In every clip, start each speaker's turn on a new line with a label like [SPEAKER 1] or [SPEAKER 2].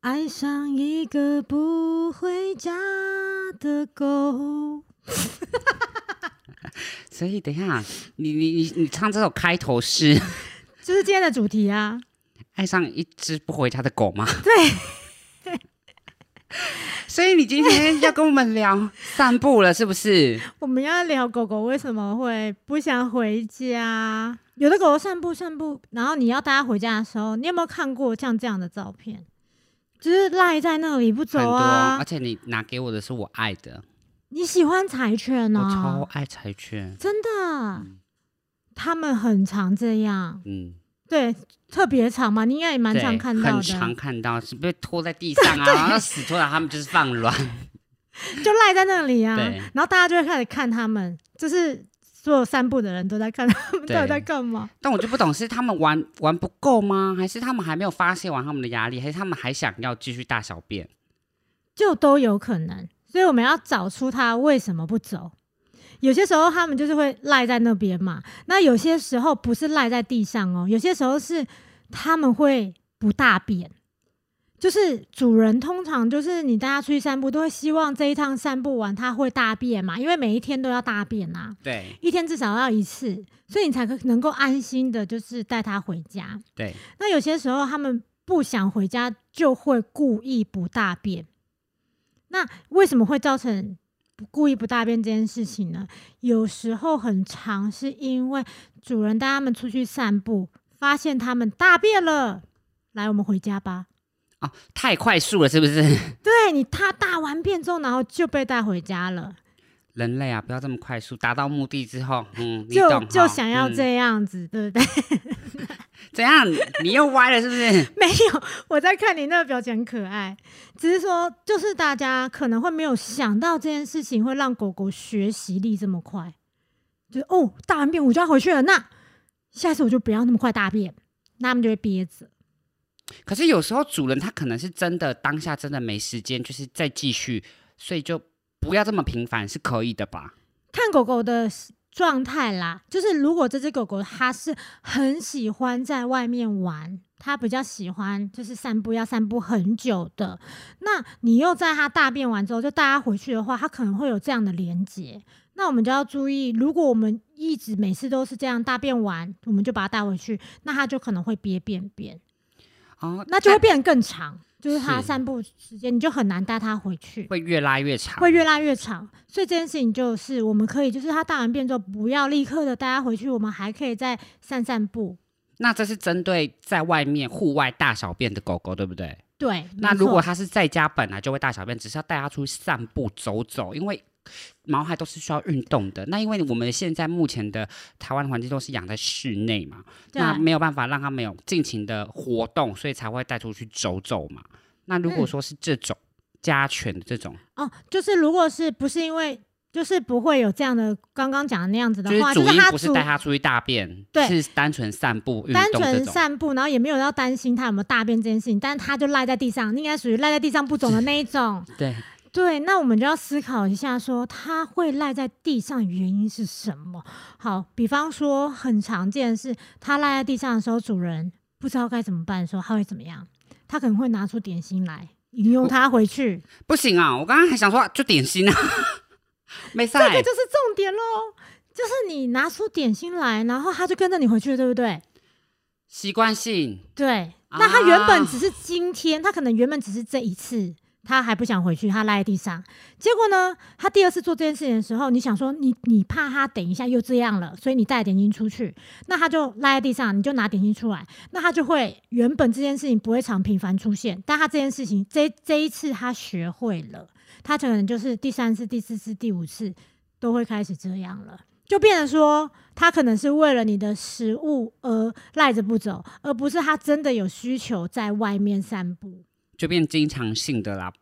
[SPEAKER 1] 爱上一个不回家的狗。
[SPEAKER 2] 所以等一下，你你你你唱这首开头是
[SPEAKER 1] 就是今天的主题啊，
[SPEAKER 2] 爱上一只不回家的狗吗？
[SPEAKER 1] 对。
[SPEAKER 2] 所以你今天要跟我们聊散步了，是不是？
[SPEAKER 1] 我们要聊狗狗为什么会不想回家。有的狗狗散步散步，然后你要带它回家的时候，你有没有看过像这样的照片？就是赖在那里不走
[SPEAKER 2] 很多，
[SPEAKER 1] 啊
[SPEAKER 2] 而！且你拿给我的是我爱的，
[SPEAKER 1] 你喜欢柴犬
[SPEAKER 2] 我超啊嗯
[SPEAKER 1] 哦，
[SPEAKER 2] 爱柴犬。
[SPEAKER 1] 真的，它们很常这样，
[SPEAKER 2] 嗯，
[SPEAKER 1] 对，特别长嘛，你应该也蛮
[SPEAKER 2] 对，
[SPEAKER 1] 常看到
[SPEAKER 2] 很
[SPEAKER 1] 的，
[SPEAKER 2] 常看到是被拖在地 上啊，然后死拖着，他们就是放卵。
[SPEAKER 1] 就赖在那里啊
[SPEAKER 2] 对，
[SPEAKER 1] 然后大家就会开始看它们，就是所有散步的人都在看它们
[SPEAKER 2] 对
[SPEAKER 1] 到底在干嘛。
[SPEAKER 2] 但我就不懂，是他们玩玩不够吗？还是他们还没有发泄完他们的压力？还是他们还想要继续大小便？
[SPEAKER 1] 就都有可能。所以我们要找出他为什么不走。有些时候他们就是会赖在那边嘛，那有些时候不是赖在地上哦，有些时候是他们会不大便。就是主人通常就是你带他出去散步，都会希望这一趟散步完他会大便嘛，因为每一天都要大便啊。
[SPEAKER 2] 对
[SPEAKER 1] 一天至少要一次，所以你才可能够安心的，就是带他回家。
[SPEAKER 2] 对，
[SPEAKER 1] 那有些时候他们不想回家，就会故意不大便。那为什么会造成故意不大便这件事情呢？有时候很长是因为主人带他们出去散步，发现他们大便了，来我们回家吧。
[SPEAKER 2] 哦，太快速了，是不是？
[SPEAKER 1] 对你，他大完便之后，然后就被带回家了。
[SPEAKER 2] 人类啊，不要这么快速，达到目的之后， 嗯，你
[SPEAKER 1] 就
[SPEAKER 2] 懂
[SPEAKER 1] 就
[SPEAKER 2] 哈
[SPEAKER 1] 想要
[SPEAKER 2] 嗯
[SPEAKER 1] 这样子，对不对？
[SPEAKER 2] 怎样？你又歪了是不是？
[SPEAKER 1] 没有，我在看你那个表情很可爱，只是说，就是大家可能会没有想到这件事情会让狗狗学习力这么快，就是哦，大完便我就要回去了，那下次我就不要那么快大便，那他们就会憋着。
[SPEAKER 2] 可是有时候主人他可能是真的当下真的没时间，就是再继续，所以就不要这么频繁是可以的吧？
[SPEAKER 1] 看狗狗的状态啦，就是如果这只狗狗它是很喜欢在外面玩，它比较喜欢就是散步要散步很久的，那你又在它大便完之后就带它回去的话，它可能会有这样的连接。那我们就要注意，如果我们一直每次都是这样大便完，我们就把它带回去，那它就可能会憋便便，
[SPEAKER 2] 哦，
[SPEAKER 1] 那就会变得更长，就是它
[SPEAKER 2] 是
[SPEAKER 1] 散步时间你就很难带它回去。
[SPEAKER 2] 会越拉越长。
[SPEAKER 1] 会越拉越长，所以这件事情就是我们可以，就是他大完便之后不要立刻的带他回去，我们还可以再散散步。
[SPEAKER 2] 那这是针对在外面户外大小便的狗狗，对不对？
[SPEAKER 1] 对，
[SPEAKER 2] 那
[SPEAKER 1] 没
[SPEAKER 2] 如果
[SPEAKER 1] 错
[SPEAKER 2] 它是在家本来就会大小便，只是要带它出去散步走走，因为毛孩都是需要运动的。那因为我们现在目前的台湾环境都是养在室内嘛，那
[SPEAKER 1] 对
[SPEAKER 2] 没有办法让它们有尽情的活动，所以才会带出去走走嘛。那如果
[SPEAKER 1] 嗯
[SPEAKER 2] 说是这种、家犬的这种，
[SPEAKER 1] 哦，就是如果是不是因为就是不会有这样的刚刚讲的那样子的
[SPEAKER 2] 就是
[SPEAKER 1] 话，
[SPEAKER 2] 主
[SPEAKER 1] 啊就
[SPEAKER 2] 因
[SPEAKER 1] 他
[SPEAKER 2] 不是带它出去大便，
[SPEAKER 1] 对
[SPEAKER 2] 是单纯散步运
[SPEAKER 1] 单
[SPEAKER 2] 动这
[SPEAKER 1] 纯
[SPEAKER 2] 种。
[SPEAKER 1] 散步，然后也没有要担心他有没有大便这件事情，但是他就赖在地上，应该属于赖在地上不走的那一 种。
[SPEAKER 2] 对，
[SPEAKER 1] 对，那我们就要思考一下说它会赖在地上的原因是什么？好，比方说很常见的是，它赖在地上的时候，主人不知道该怎么办的时候，它会怎么样？它可能会拿出点心来引诱它回去，
[SPEAKER 2] 不行啊！我刚刚还想说就点心啊， 没
[SPEAKER 1] 这
[SPEAKER 2] 晒、
[SPEAKER 1] 个就是重点喽。就是你拿出点心来，然后它就跟着你回去了，对不对？
[SPEAKER 2] 习惯性。
[SPEAKER 1] 对。那它原本
[SPEAKER 2] 啊
[SPEAKER 1] 只是今天，它可能原本只是这一次，它还不想回去，它赖在地上。结果呢，它第二次做这件事情的时候，你想说你你怕它等一下又这样了，所以你带点心出去，那它就赖在地上，你就拿点心出来，那它就会原本这件事情不会常频繁出现，但它这件事情这这一次它学会了，它可能就是第三次、第四次、第五次都会开始这样了。就变成说，他可能是为了你的食物而赖着不走，而不是他真的有需求在外面散步。
[SPEAKER 2] 就变经常性的啦，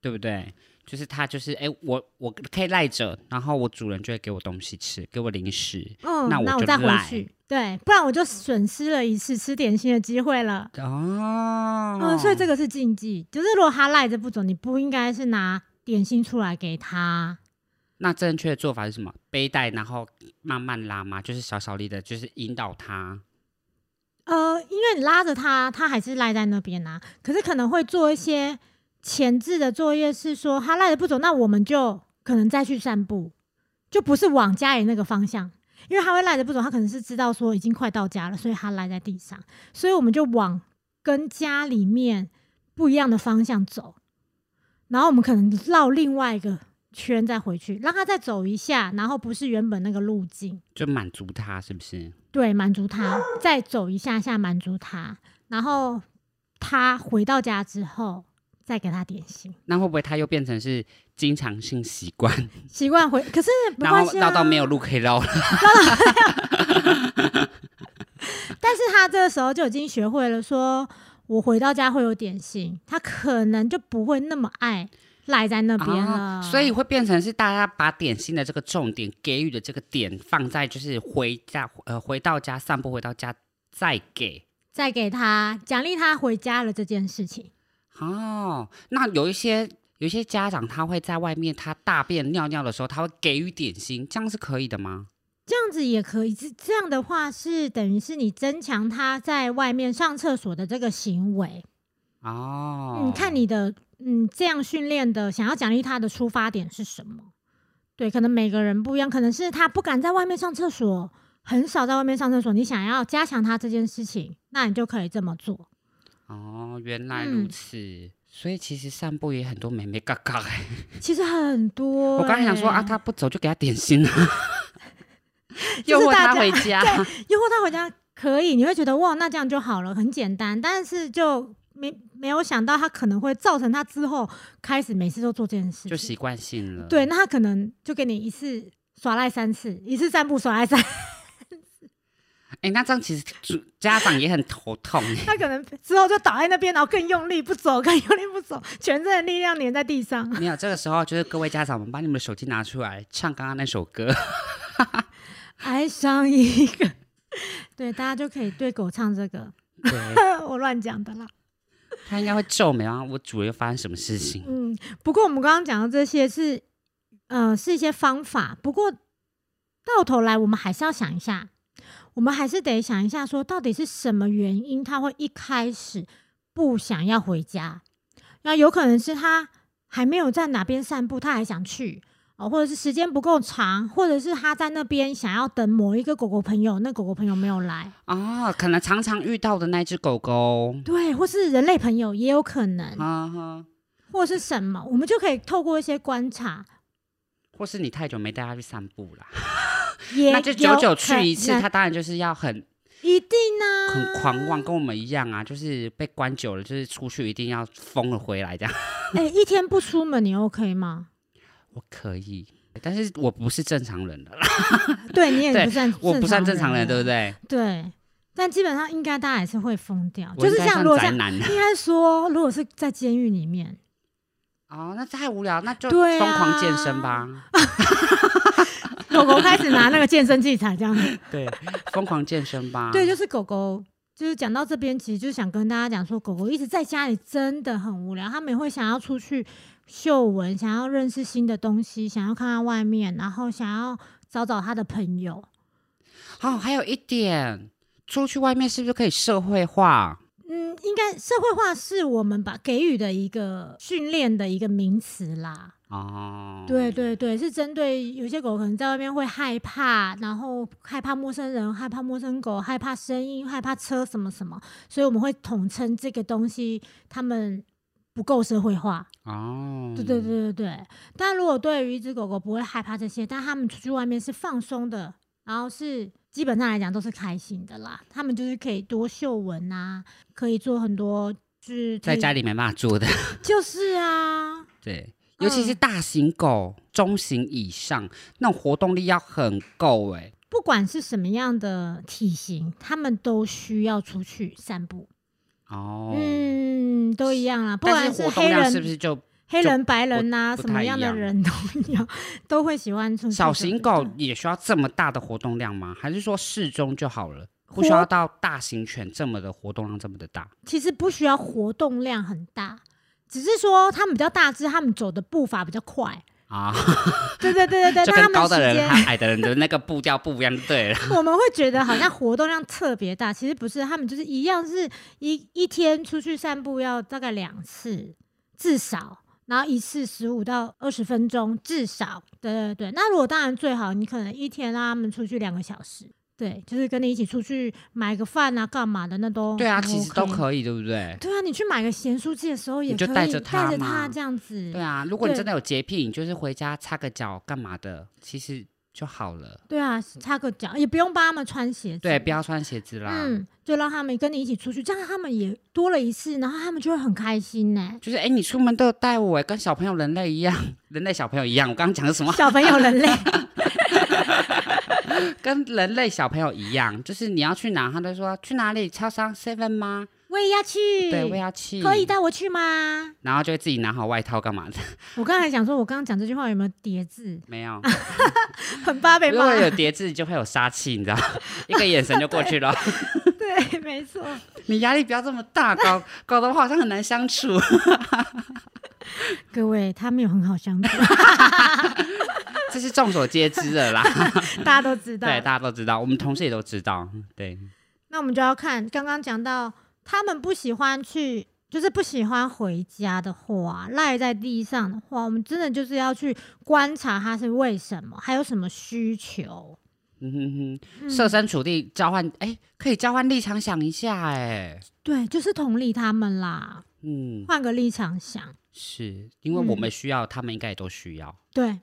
[SPEAKER 2] 对不对？就是它就是哎、诶我我可以赖着，然后我主人就会给我东西吃，给我零食。
[SPEAKER 1] 嗯，
[SPEAKER 2] 那
[SPEAKER 1] 那
[SPEAKER 2] 我就
[SPEAKER 1] 再回
[SPEAKER 2] 赖
[SPEAKER 1] 去，对，不然我就损失了一次吃点心的机会了。
[SPEAKER 2] 哦，
[SPEAKER 1] 嗯，所以这个是禁忌，就是如果他赖着不走，你不应该是拿点心出来给他。
[SPEAKER 2] 那正确的做法是什么？背带，然后慢慢拉嘛，就是小小力的，就是引导它。
[SPEAKER 1] 呃，因为你拉着它，它还是赖在那边啊。可是可能会做一些前置的作业，是说它赖着不走，那我们就可能再去散步，就不是往家里那个方向。因为它会赖着不走，它可能是知道说已经快到家了，所以它赖在地上，所以我们就往跟家里面不一样的方向走，然后我们可能绕另外一个圈再回去，让它再走一下，然后不是原本那个路径。
[SPEAKER 2] 就满足他是不是？
[SPEAKER 1] 对，满足他，再走一下下满足他，然后他回到家之后再给他点心，
[SPEAKER 2] 那会不会他又变成是经常性习惯，
[SPEAKER 1] 习惯回，可是没
[SPEAKER 2] 然
[SPEAKER 1] 关
[SPEAKER 2] 后
[SPEAKER 1] 系、啊，
[SPEAKER 2] 绕到没有路可以绕了？
[SPEAKER 1] 但是他这个时候就已经学会了说，我回到家会有点心，他可能就不会那么爱赖在那边了、
[SPEAKER 2] 啊所以会变成是大家把点心的这个重点给予的这个点放在就是回家呃回到家散步回到家再给
[SPEAKER 1] 再给他奖励他回家了这件事情。
[SPEAKER 2] 哦。那有一些有一些家长他会在外面他大便尿尿的时候他会给予点心，这样是可以的吗？
[SPEAKER 1] 这样子也可以，这这样的话是等于是你增强他在外面上厕所的这个行为。
[SPEAKER 2] 哦，
[SPEAKER 1] 你、嗯看你的，嗯，这样训练的想要奖励他的出发点是什么？对，可能每个人不一样，可能是他不敢在外面上厕所，很少在外面上厕所。你想要加强他这件事情，那你就可以这么做。
[SPEAKER 2] 哦，原来如
[SPEAKER 1] 嗯
[SPEAKER 2] 此。所以其实散步也很多美美嘎嘎哎、
[SPEAKER 1] 其实很多欸、
[SPEAKER 2] 我刚才想说啊，他不走就给他点心啊，
[SPEAKER 1] 就
[SPEAKER 2] 诱
[SPEAKER 1] 是
[SPEAKER 2] 惑
[SPEAKER 1] 大
[SPEAKER 2] 他
[SPEAKER 1] 家
[SPEAKER 2] 回家。
[SPEAKER 1] 诱惑他回家可以，你会觉得哇，那这样就好了，很简单。但是就没没有想到，他可能会造成他之后开始每次都做这件事情，
[SPEAKER 2] 就习惯性了。
[SPEAKER 1] 对，，那他可能就给你一次耍赖三次，一次散步耍赖三
[SPEAKER 2] 哎、那这样其实主家长也很头痛哎、
[SPEAKER 1] 他可能之后就倒在那边，然后更用力不走， 更用力不走，全身的力量粘在地上。
[SPEAKER 2] 没有，这个时候就是各位家长们把你们的手机拿出来，唱刚刚那首 歌。
[SPEAKER 1] 爱上一个， 对，大家就可以对狗唱这个，
[SPEAKER 2] 对，
[SPEAKER 1] 我乱讲的啦。
[SPEAKER 2] 他应该会皱眉啊，我主人又发生什么事情？
[SPEAKER 1] 嗯，不过我们刚刚讲的这些是，呃，是一些方法。不过到头来，我们还是要想一下，我们还是得想一下，说到底是什么原因他会一开始不想要回家？那有可能是他还没有在哪边散步，他还想去。哦，或者是时间不够长，或者是他在那边想要等某一个狗狗朋友，那狗狗朋友没有来，嗯
[SPEAKER 2] 啊、可能常常遇到的那只狗狗。
[SPEAKER 1] 对，或是人类朋友也有可能，
[SPEAKER 2] 啊哈，
[SPEAKER 1] 或是什么，我们就可以透过一些观察，
[SPEAKER 2] 或是你太久没带它去散步啦，
[SPEAKER 1] 也
[SPEAKER 2] 那就久久
[SPEAKER 1] 有可
[SPEAKER 2] 去一次，
[SPEAKER 1] 能
[SPEAKER 2] 它当然就是要很
[SPEAKER 1] 一定呢、啊，
[SPEAKER 2] 很狂妄，跟我们一样啊，就是被关久了，就是出去一定要疯了回来这样。
[SPEAKER 1] 哎、一天不出门你 OK 吗？
[SPEAKER 2] 我可以，但是我不是正常人了
[SPEAKER 1] 啊
[SPEAKER 2] 啦，
[SPEAKER 1] 对你也
[SPEAKER 2] 对
[SPEAKER 1] 不算，
[SPEAKER 2] 我不算正常人，对不
[SPEAKER 1] 对？
[SPEAKER 2] 对？
[SPEAKER 1] 啊对，但基本上应该大家还是会疯掉，
[SPEAKER 2] 我
[SPEAKER 1] 就是
[SPEAKER 2] 应该
[SPEAKER 1] 像
[SPEAKER 2] 算
[SPEAKER 1] 如果
[SPEAKER 2] 宅
[SPEAKER 1] 像
[SPEAKER 2] 男
[SPEAKER 1] 应该说，如果是在监狱里面，
[SPEAKER 2] 哦，那太无聊，那就
[SPEAKER 1] 对
[SPEAKER 2] 疯
[SPEAKER 1] 啊
[SPEAKER 2] 狂健身吧。
[SPEAKER 1] 狗狗开始拿那个健身器材这 样子，
[SPEAKER 2] 对，疯狂健身吧。
[SPEAKER 1] 对，就是狗狗。就是讲到这边，其实就是想跟大家讲说，狗狗一直在家里真的很无聊，它们也会想要出去嗅闻，想要认识新的东西，想要看看外面，然后想要找找它的朋友。
[SPEAKER 2] 哦，还有一点，出去外面是不是可以社会化？
[SPEAKER 1] 嗯，应该社会化是我们把给予的一个训练的一个名词啦。
[SPEAKER 2] 哦，
[SPEAKER 1] 对，对对，是针对有些狗可能在外面会害怕，然后害怕陌生人，害怕陌生狗，害怕声音，害怕车什么什么，所以我们会统称这个东西，它们不够社会化。
[SPEAKER 2] 哦，
[SPEAKER 1] 对对，对对对。但如果对于一只狗狗不会害怕这些，但它们出去外面是放松的，然后是基本上来讲都是开心的啦。它们就是可以多嗅闻啊，可以做很多就是
[SPEAKER 2] 在家
[SPEAKER 1] 里，
[SPEAKER 2] 里没办法做的，
[SPEAKER 1] 就是啊，
[SPEAKER 2] 对。尤其是大型狗、中型以上，那种活动力要很够哎、
[SPEAKER 1] 不管是什么样的体型，它们都需要出去散步。
[SPEAKER 2] 哦，
[SPEAKER 1] 嗯，都一样啦，不
[SPEAKER 2] 但
[SPEAKER 1] 管
[SPEAKER 2] 是活动
[SPEAKER 1] 黑
[SPEAKER 2] 量是不
[SPEAKER 1] 人。嗯
[SPEAKER 2] 是就
[SPEAKER 1] 黑
[SPEAKER 2] 就
[SPEAKER 1] 人、白人呐、
[SPEAKER 2] 不
[SPEAKER 1] 什么
[SPEAKER 2] 太一
[SPEAKER 1] 样的
[SPEAKER 2] 样
[SPEAKER 1] 人都 有，都会喜欢出去。
[SPEAKER 2] 小型
[SPEAKER 1] 对
[SPEAKER 2] 狗
[SPEAKER 1] 不对
[SPEAKER 2] 也需要这么大的活动量吗？还是说适中就好了？
[SPEAKER 1] 活
[SPEAKER 2] 不需要到大型犬这么的活动量这么的大
[SPEAKER 1] 其实不需要活动量很大，只是说他们比较大只，他们走的步伐比较快，
[SPEAKER 2] 啊，
[SPEAKER 1] 对对对对对，那他
[SPEAKER 2] 就跟
[SPEAKER 1] 们
[SPEAKER 2] 高
[SPEAKER 1] 时
[SPEAKER 2] 的人
[SPEAKER 1] 间哦
[SPEAKER 2] 和矮的人的那个步调不一样，对了，
[SPEAKER 1] 我们会觉得好像活动量特别大，其实不是，他们就是一样是一一天出去散步要大概两次至少，然后一次十五到二十分钟至少。对对对，那如果当然最好，你可能一天让他们出去两个小时。对，就是跟你一起出去买个饭啊，干嘛的那都
[SPEAKER 2] 对啊，
[SPEAKER 1] 很
[SPEAKER 2] 其实都
[SPEAKER 1] OK
[SPEAKER 2] 可以，对不对？
[SPEAKER 1] 对啊，你去买个咸酥鸡的时候也
[SPEAKER 2] 你就
[SPEAKER 1] 可以
[SPEAKER 2] 带
[SPEAKER 1] 带
[SPEAKER 2] 着它
[SPEAKER 1] 着
[SPEAKER 2] 嘛
[SPEAKER 1] 它这样子。
[SPEAKER 2] 对啊，如果你
[SPEAKER 1] 对
[SPEAKER 2] 真的有洁癖，你就是回家擦个脚干嘛的，其实就好了。
[SPEAKER 1] 对啊，擦个脚也不用帮他们穿鞋子。
[SPEAKER 2] 对，不要穿鞋子啦。
[SPEAKER 1] 嗯，就让他们跟你一起出去，这样他们也多了一次，然后他们就会很开心 呢、
[SPEAKER 2] 就是哎、你出门都有带我，跟小朋友、人类一样，人类小朋友一样。我刚刚讲的什么？
[SPEAKER 1] 小朋友 人类，
[SPEAKER 2] 跟人类小朋友一样，就是你要去哪，他就说去哪里？超商 Seven 吗？
[SPEAKER 1] 我也要去，
[SPEAKER 2] 对，我要去。
[SPEAKER 1] 嗯可以带我去吗？
[SPEAKER 2] 然后就会自己拿好外套干嘛的？
[SPEAKER 1] 我刚才想说，我刚刚讲这句话有没有叠 字？
[SPEAKER 2] 没有，
[SPEAKER 1] 很怕被
[SPEAKER 2] 如
[SPEAKER 1] 骂
[SPEAKER 2] 果。有叠字就会有杀气，你知道， 一个眼神就过去 了。
[SPEAKER 1] 对，没错。
[SPEAKER 2] 你压力不要这么大，搞搞得我好像很难相处。
[SPEAKER 1] 各位，他们有很好相处，
[SPEAKER 2] 这是众所皆知的啦，
[SPEAKER 1] 大家都知道。
[SPEAKER 2] 对，大家都知道，我们同事也都知道，对。
[SPEAKER 1] 那我们就要看刚刚讲到，他们不喜欢去，就是不喜欢回家的话，赖在地上的话，我们真的就是要去观察他是为什么，还有什么需求。
[SPEAKER 2] 嗯哼
[SPEAKER 1] 嗯
[SPEAKER 2] 哼，设身处地交换，哎、可以交换立场想一下、哎，
[SPEAKER 1] 对，就是同理他们啦，
[SPEAKER 2] 嗯，
[SPEAKER 1] 换个立场想，
[SPEAKER 2] 是因为
[SPEAKER 1] 嗯
[SPEAKER 2] 我们需要，他们应该也都需要，
[SPEAKER 1] 对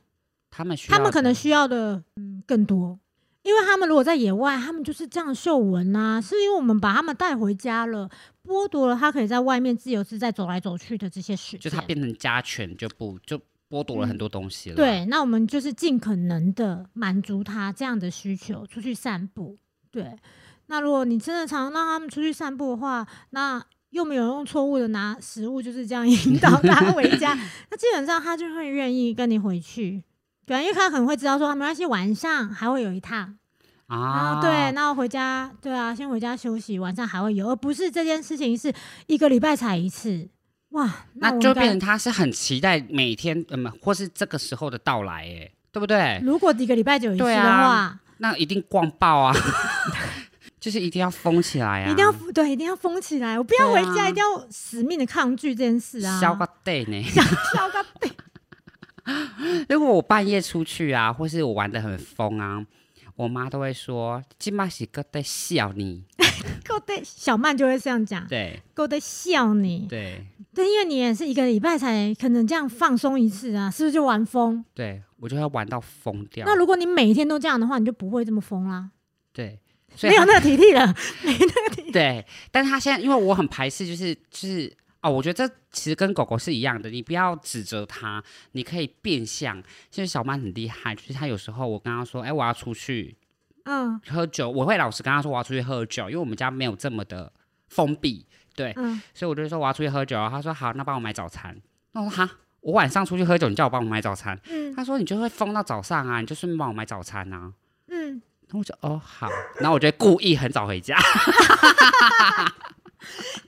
[SPEAKER 2] 他们需要
[SPEAKER 1] 他
[SPEAKER 2] 的，
[SPEAKER 1] 们可能需要的嗯更多，因为他们如果在野外，他们就是这样嗅闻啊，是因为我们把他们带回家了，剥夺了他可以在外面自由自在走来走去的这些时
[SPEAKER 2] 就
[SPEAKER 1] 间。
[SPEAKER 2] 他变成家犬就不就剥夺了很多东西了，，
[SPEAKER 1] 对，那我们就是尽可能的满足他这样的需求，出去散步。对，那如果你真的常让他们出去散步的话，那又没有用错误的拿食物就是这样 引导他回家，那基本上他就会愿意跟你回去。对啊，因为他可能会知道说，没关系，晚上还会有一趟，然
[SPEAKER 2] 啊，
[SPEAKER 1] 后对，，那我回家，对啊，先回家休息，晚上还会有，而不是这件事情是一个礼拜才一次，哇，
[SPEAKER 2] 那
[SPEAKER 1] 我
[SPEAKER 2] 就
[SPEAKER 1] 应该
[SPEAKER 2] 变成他是很期待每天，嗯，或是这个时候的到来、哎，对不对？
[SPEAKER 1] 如果一个礼拜就有一次
[SPEAKER 2] 对
[SPEAKER 1] 的
[SPEAKER 2] 啊
[SPEAKER 1] 话，
[SPEAKER 2] 那一定逛爆啊， 就是一定要疯起来啊，
[SPEAKER 1] 一定要封对，一定要封起来，我不要回
[SPEAKER 2] 对
[SPEAKER 1] 家，
[SPEAKER 2] 啊
[SPEAKER 1] 一定要死命的抗拒这件事啊！
[SPEAKER 2] 消个 day 呢。
[SPEAKER 1] 消个背，
[SPEAKER 2] 如果我半夜出去啊，或是我玩的很疯啊，我妈都会说：“今麦是个在笑你。
[SPEAKER 1] 够得小曼就会这样讲，
[SPEAKER 2] 对
[SPEAKER 1] 够得笑你。
[SPEAKER 2] 对
[SPEAKER 1] 对，因为你也是一个礼拜才可能这样放松一次啊，是不是就玩疯？
[SPEAKER 2] 对，我就会玩到疯掉。
[SPEAKER 1] 那如果你每天都这样的话，你就不会这么疯啦，
[SPEAKER 2] 对，所以
[SPEAKER 1] 没有
[SPEAKER 2] 她
[SPEAKER 1] 那个体力 了。
[SPEAKER 2] 对，但是她现在因为我很排斥，就是就是哦，我觉得这其实跟狗狗是一样的，你不要指责它，你可以变相。就是小曼很厉害，就是她有时候我跟她说：“哎，我要出去
[SPEAKER 1] 嗯
[SPEAKER 2] 喝酒。”我会老实跟她说我要出去喝酒，因为我们家没有这么的封闭。对，
[SPEAKER 1] 嗯，
[SPEAKER 2] 所以我就说我要出去喝酒，他说好，那帮我买早餐。那我说哈，我晚上出去喝酒，你叫我帮我买早餐？
[SPEAKER 1] 嗯
[SPEAKER 2] 他说你就会疯到早上啊，你就顺便帮我买早餐啊。
[SPEAKER 1] 嗯，
[SPEAKER 2] 然后我就哦好，然后我就会故意很早回家，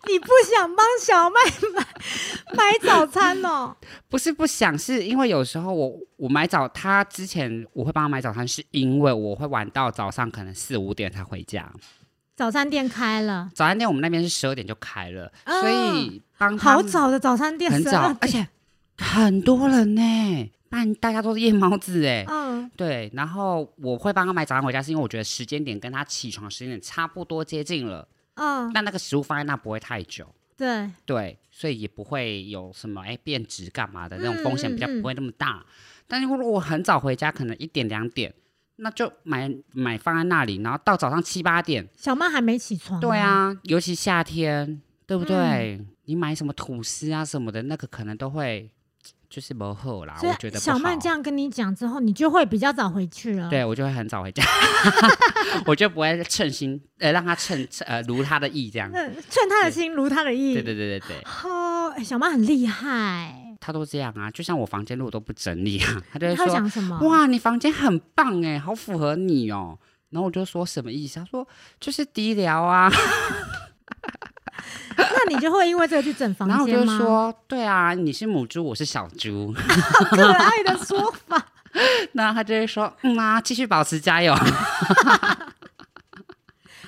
[SPEAKER 1] 你不想帮小曼买买早餐 哦？
[SPEAKER 2] 不是不想，是因为有时候我我买早，他之前我会帮他买早餐，是因为我会玩到早上可能四五点才回家。
[SPEAKER 1] 早餐店开了，
[SPEAKER 2] 早餐店我们那边是十二点就开了，
[SPEAKER 1] 啊
[SPEAKER 2] 所以帮他
[SPEAKER 1] 好早的早餐店，
[SPEAKER 2] 很早
[SPEAKER 1] 12，
[SPEAKER 2] 而且很多人呢、半大家都是夜猫子哎、
[SPEAKER 1] 嗯
[SPEAKER 2] 对，然后我会帮他买早餐回家，是因为我觉得时间点跟他起床时间点差不多接近了，
[SPEAKER 1] 嗯，
[SPEAKER 2] 那那个食物放在那不会太久，
[SPEAKER 1] 对，
[SPEAKER 2] 对，所以也不会有什么哎变质干嘛的那种风险比较
[SPEAKER 1] 嗯嗯嗯
[SPEAKER 2] 不会那么大。但是如果我很早回家，可能一点两点，那就买买放在那里，然后到早上七八点，
[SPEAKER 1] 小曼还没起床。
[SPEAKER 2] 对，
[SPEAKER 1] 哦
[SPEAKER 2] 啊，尤其夏天，对不对？
[SPEAKER 1] 嗯
[SPEAKER 2] 你买什么吐司啊什么的，那个可能都会就是不好啦，
[SPEAKER 1] 所
[SPEAKER 2] 啊我觉得
[SPEAKER 1] 以
[SPEAKER 2] 不
[SPEAKER 1] 小曼
[SPEAKER 2] 好
[SPEAKER 1] 这样跟你讲之后，你就会比较早回去了。，
[SPEAKER 2] 对我就会很早回家， 我就不会称心，呃，让他称称呃如他的意这样。
[SPEAKER 1] 嗯，劝他的心如他的意。
[SPEAKER 2] 对对对对对，
[SPEAKER 1] 哦，哎小曼很厉害。
[SPEAKER 2] 他都这样啊，就像我房间如果都不整理啊，他就会
[SPEAKER 1] 他会
[SPEAKER 2] 说
[SPEAKER 1] 讲什么？：“
[SPEAKER 2] 哇，你房间很棒哎，好符合你哦。”然后我就说什么意思？他说就是低疗啊，
[SPEAKER 1] 那你就会因为这个去整房
[SPEAKER 2] 然后我
[SPEAKER 1] 间
[SPEAKER 2] 就
[SPEAKER 1] 吗？
[SPEAKER 2] 说，对啊，你是母猪，我是小猪。
[SPEAKER 1] 好可爱的说法，
[SPEAKER 2] 那他就会说，嗯啊，继续保持加油。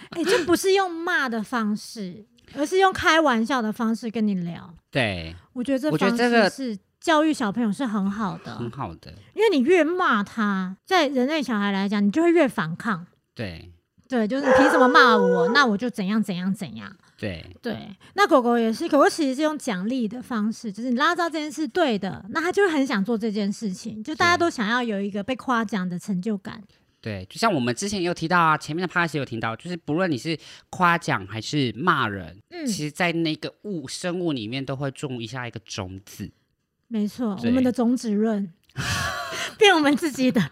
[SPEAKER 1] 哎、这不是用骂的方式，而是用开玩笑的方式跟你聊。
[SPEAKER 2] 对，
[SPEAKER 1] 我觉得这
[SPEAKER 2] 我觉
[SPEAKER 1] 方
[SPEAKER 2] 得这个
[SPEAKER 1] 式是教育小朋友是很好的，
[SPEAKER 2] 很好的，
[SPEAKER 1] 因为你越骂他，在人类小孩来讲，你就会越反抗。
[SPEAKER 2] 对
[SPEAKER 1] 对，就是你凭什么骂我？那我就怎样怎样怎样。
[SPEAKER 2] 对
[SPEAKER 1] 对，那狗狗也是，狗狗其实是用奖励的方式，就是你拉到这件事对的，那它就会很想做这件事情，就大家都想要有一个被夸奖的成就感。
[SPEAKER 2] 对，就像我们之前也有提到啊，前面的 p a s 有提到，就是不论你是夸奖还是骂人，
[SPEAKER 1] 嗯，
[SPEAKER 2] 其实在那个物生物里面都会种一下一个种子。
[SPEAKER 1] 没错，我
[SPEAKER 2] 对
[SPEAKER 1] 们的种子 论变我们自己的。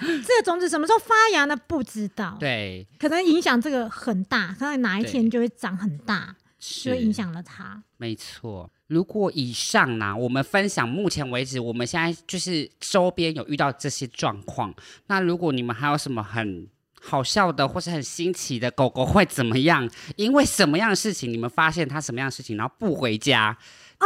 [SPEAKER 1] 这个种子什么时候发芽呢？不知道，
[SPEAKER 2] 对，
[SPEAKER 1] 可能影响这个很大，可能哪一天
[SPEAKER 2] 对
[SPEAKER 1] 就会长很大，
[SPEAKER 2] 是
[SPEAKER 1] 就会影响了它。
[SPEAKER 2] 没错，如果以上呢、我们分享目前为止，我们现在就是周边有遇到这些状况。那如果你们还有什么很好笑的或是很新奇的，狗狗会怎么样？因为什么样的事情，你们发现它什么样的事情，然后不回家，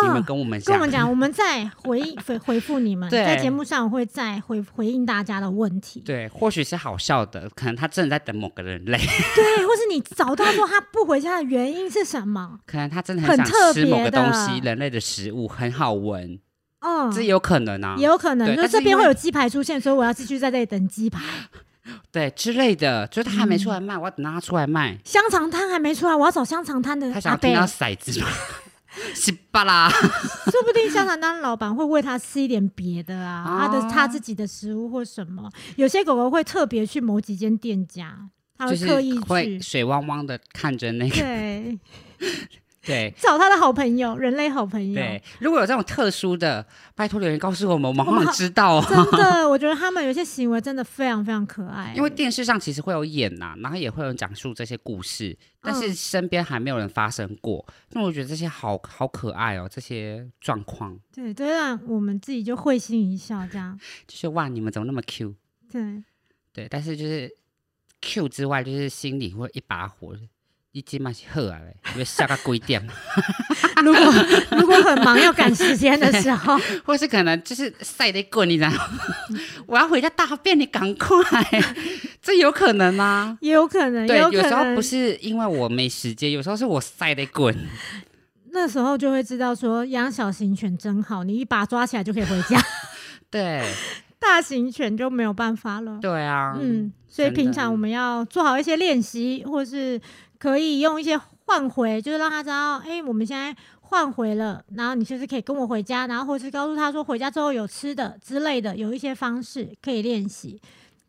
[SPEAKER 2] 你们
[SPEAKER 1] 哦，
[SPEAKER 2] 跟我们讲。
[SPEAKER 1] 跟我们讲，我们再回应回回复你们，
[SPEAKER 2] 对
[SPEAKER 1] 在节目上我会再回回应大家的问题。
[SPEAKER 2] 对，或许是好笑的，可能它真的在等某个人类，
[SPEAKER 1] 对，或是你找到说他不回家的原因是什么？
[SPEAKER 2] 可能它真的
[SPEAKER 1] 很
[SPEAKER 2] 很
[SPEAKER 1] 特
[SPEAKER 2] 想吃某
[SPEAKER 1] 别
[SPEAKER 2] 个
[SPEAKER 1] 的
[SPEAKER 2] 东西，人类的食物很好闻，
[SPEAKER 1] 嗯，
[SPEAKER 2] 这也有可能啊
[SPEAKER 1] 也，有可能，
[SPEAKER 2] 对
[SPEAKER 1] 就是
[SPEAKER 2] 但是
[SPEAKER 1] 这边
[SPEAKER 2] 因
[SPEAKER 1] 会
[SPEAKER 2] 为
[SPEAKER 1] 有鸡排出现，所以我要继续在这里等鸡 排。
[SPEAKER 2] 对之类的，就是它还
[SPEAKER 1] 嗯
[SPEAKER 2] 没出来卖，我要等到它出来卖。
[SPEAKER 1] 香肠摊还没出来，我要找香肠摊的
[SPEAKER 2] 他想
[SPEAKER 1] 阿
[SPEAKER 2] 要听
[SPEAKER 1] 贝。
[SPEAKER 2] 到骰子 吗？是吧啦？
[SPEAKER 1] 说不定香肠摊老板会喂他吃一点别的啊，他的
[SPEAKER 2] 哦
[SPEAKER 1] 他自己的食物或什么。有些狗狗会特别去某几间店家，它
[SPEAKER 2] 就
[SPEAKER 1] 会
[SPEAKER 2] 是
[SPEAKER 1] 刻意
[SPEAKER 2] 会
[SPEAKER 1] 去。
[SPEAKER 2] 水汪汪的看着 那个，
[SPEAKER 1] 对，
[SPEAKER 2] 对
[SPEAKER 1] 找他的好朋友，人类好朋友。
[SPEAKER 2] 对。如果有这种特殊的，拜托留言告诉我们，我们好想知道哦。
[SPEAKER 1] 真的， 我觉得他们有些行为真的非常非常可爱。
[SPEAKER 2] 因为电视上其实会有演呐、然后也会有人讲述这些故事，但是
[SPEAKER 1] 嗯
[SPEAKER 2] 身边还没有人发生过。那我觉得这些好好可爱哦，这些状况
[SPEAKER 1] 对，都让我们自己就会心一笑，这样。
[SPEAKER 2] 就是哇，你们怎么那么 Q？
[SPEAKER 1] 对，
[SPEAKER 2] 对，但是就是 Q 之外，就是心里会一把火，一今嘛是喝啊嘞，因为下个鬼点。
[SPEAKER 1] 如果如果很忙要赶时间的时 候，
[SPEAKER 2] 或是可能就是晒得滚，你知道吗？ 我要回家大便，你赶快， 这有可 能吗？
[SPEAKER 1] 也有可能，
[SPEAKER 2] 对，
[SPEAKER 1] 也
[SPEAKER 2] 有
[SPEAKER 1] 可
[SPEAKER 2] 时候
[SPEAKER 1] 能
[SPEAKER 2] 不是因为我没时间，有时候是我晒得滚。
[SPEAKER 1] 那时候就会知道说养小型犬真好，你一把抓起来就可以回家，
[SPEAKER 2] 对，
[SPEAKER 1] 大型犬就没有办法了。
[SPEAKER 2] 对啊，
[SPEAKER 1] 嗯，所以
[SPEAKER 2] 真的
[SPEAKER 1] 平常我们要做好一些练习，或是可以用一些换回，就是让他知道，哎、我们现在换回了，然后你就是可以跟我回家，然后或是告诉他说回家之后有吃的之类的，有一些方式可以练习。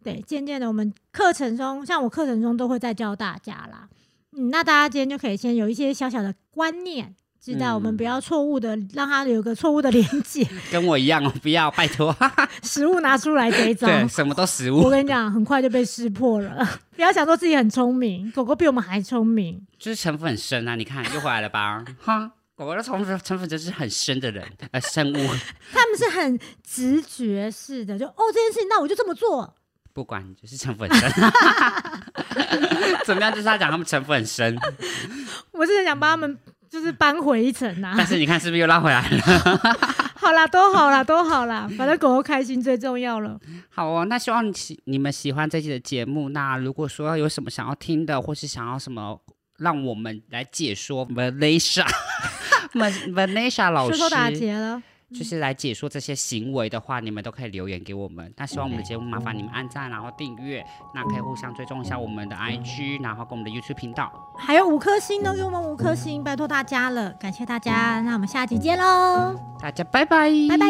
[SPEAKER 1] 对，渐渐的，我们课程中，像我课程中都会再教大家啦。嗯，那大家今天就可以先有一些小小的观念，知道我们
[SPEAKER 2] 嗯
[SPEAKER 1] 不要错误的，让他有个错误的连接，
[SPEAKER 2] 跟我一样，我不要，拜 托。
[SPEAKER 1] 食物拿出来这一招。
[SPEAKER 2] 对，什么都食
[SPEAKER 1] 我
[SPEAKER 2] 物，
[SPEAKER 1] 跟你讲，很快就被识破了。 不要想说自己很聪明，狗狗比我们还聪明。
[SPEAKER 2] 就是城府很深啊！你看，又回来了吧？哈，我的城府城府真是很深的人，呃，生物，
[SPEAKER 1] 他们是很直觉式的，就哦这件事情，那我就这么做。
[SPEAKER 2] 不管就是城府很深。 怎么样？就是他讲他们城府很深，
[SPEAKER 1] 我是很想把他们就是扳回一城呐、
[SPEAKER 2] 但 是你看是不是又拉回来了？
[SPEAKER 1] 好啦，都好啦，都好啦，反正狗狗开心最重要了。
[SPEAKER 2] 好哦，那希望你喜你们喜欢这期的节目。那如果说有什么想要听的，或是想要什么让我们来解说 Vanessa 。Vanessa 老
[SPEAKER 1] 说
[SPEAKER 2] 师
[SPEAKER 1] 说打结了，
[SPEAKER 2] 就是来解说这些行为的话，你们都可以留言给我们。那希望我们的节目麻烦你们按赞，然后订阅，那可以互相追踪一下我们的 IG，然后跟我们的 YouTube 频道。
[SPEAKER 1] 还有五颗星呢，给我们五颗星，拜托大家了，感谢大家，那我们下集见喽，
[SPEAKER 2] 大家拜拜，
[SPEAKER 1] 拜拜。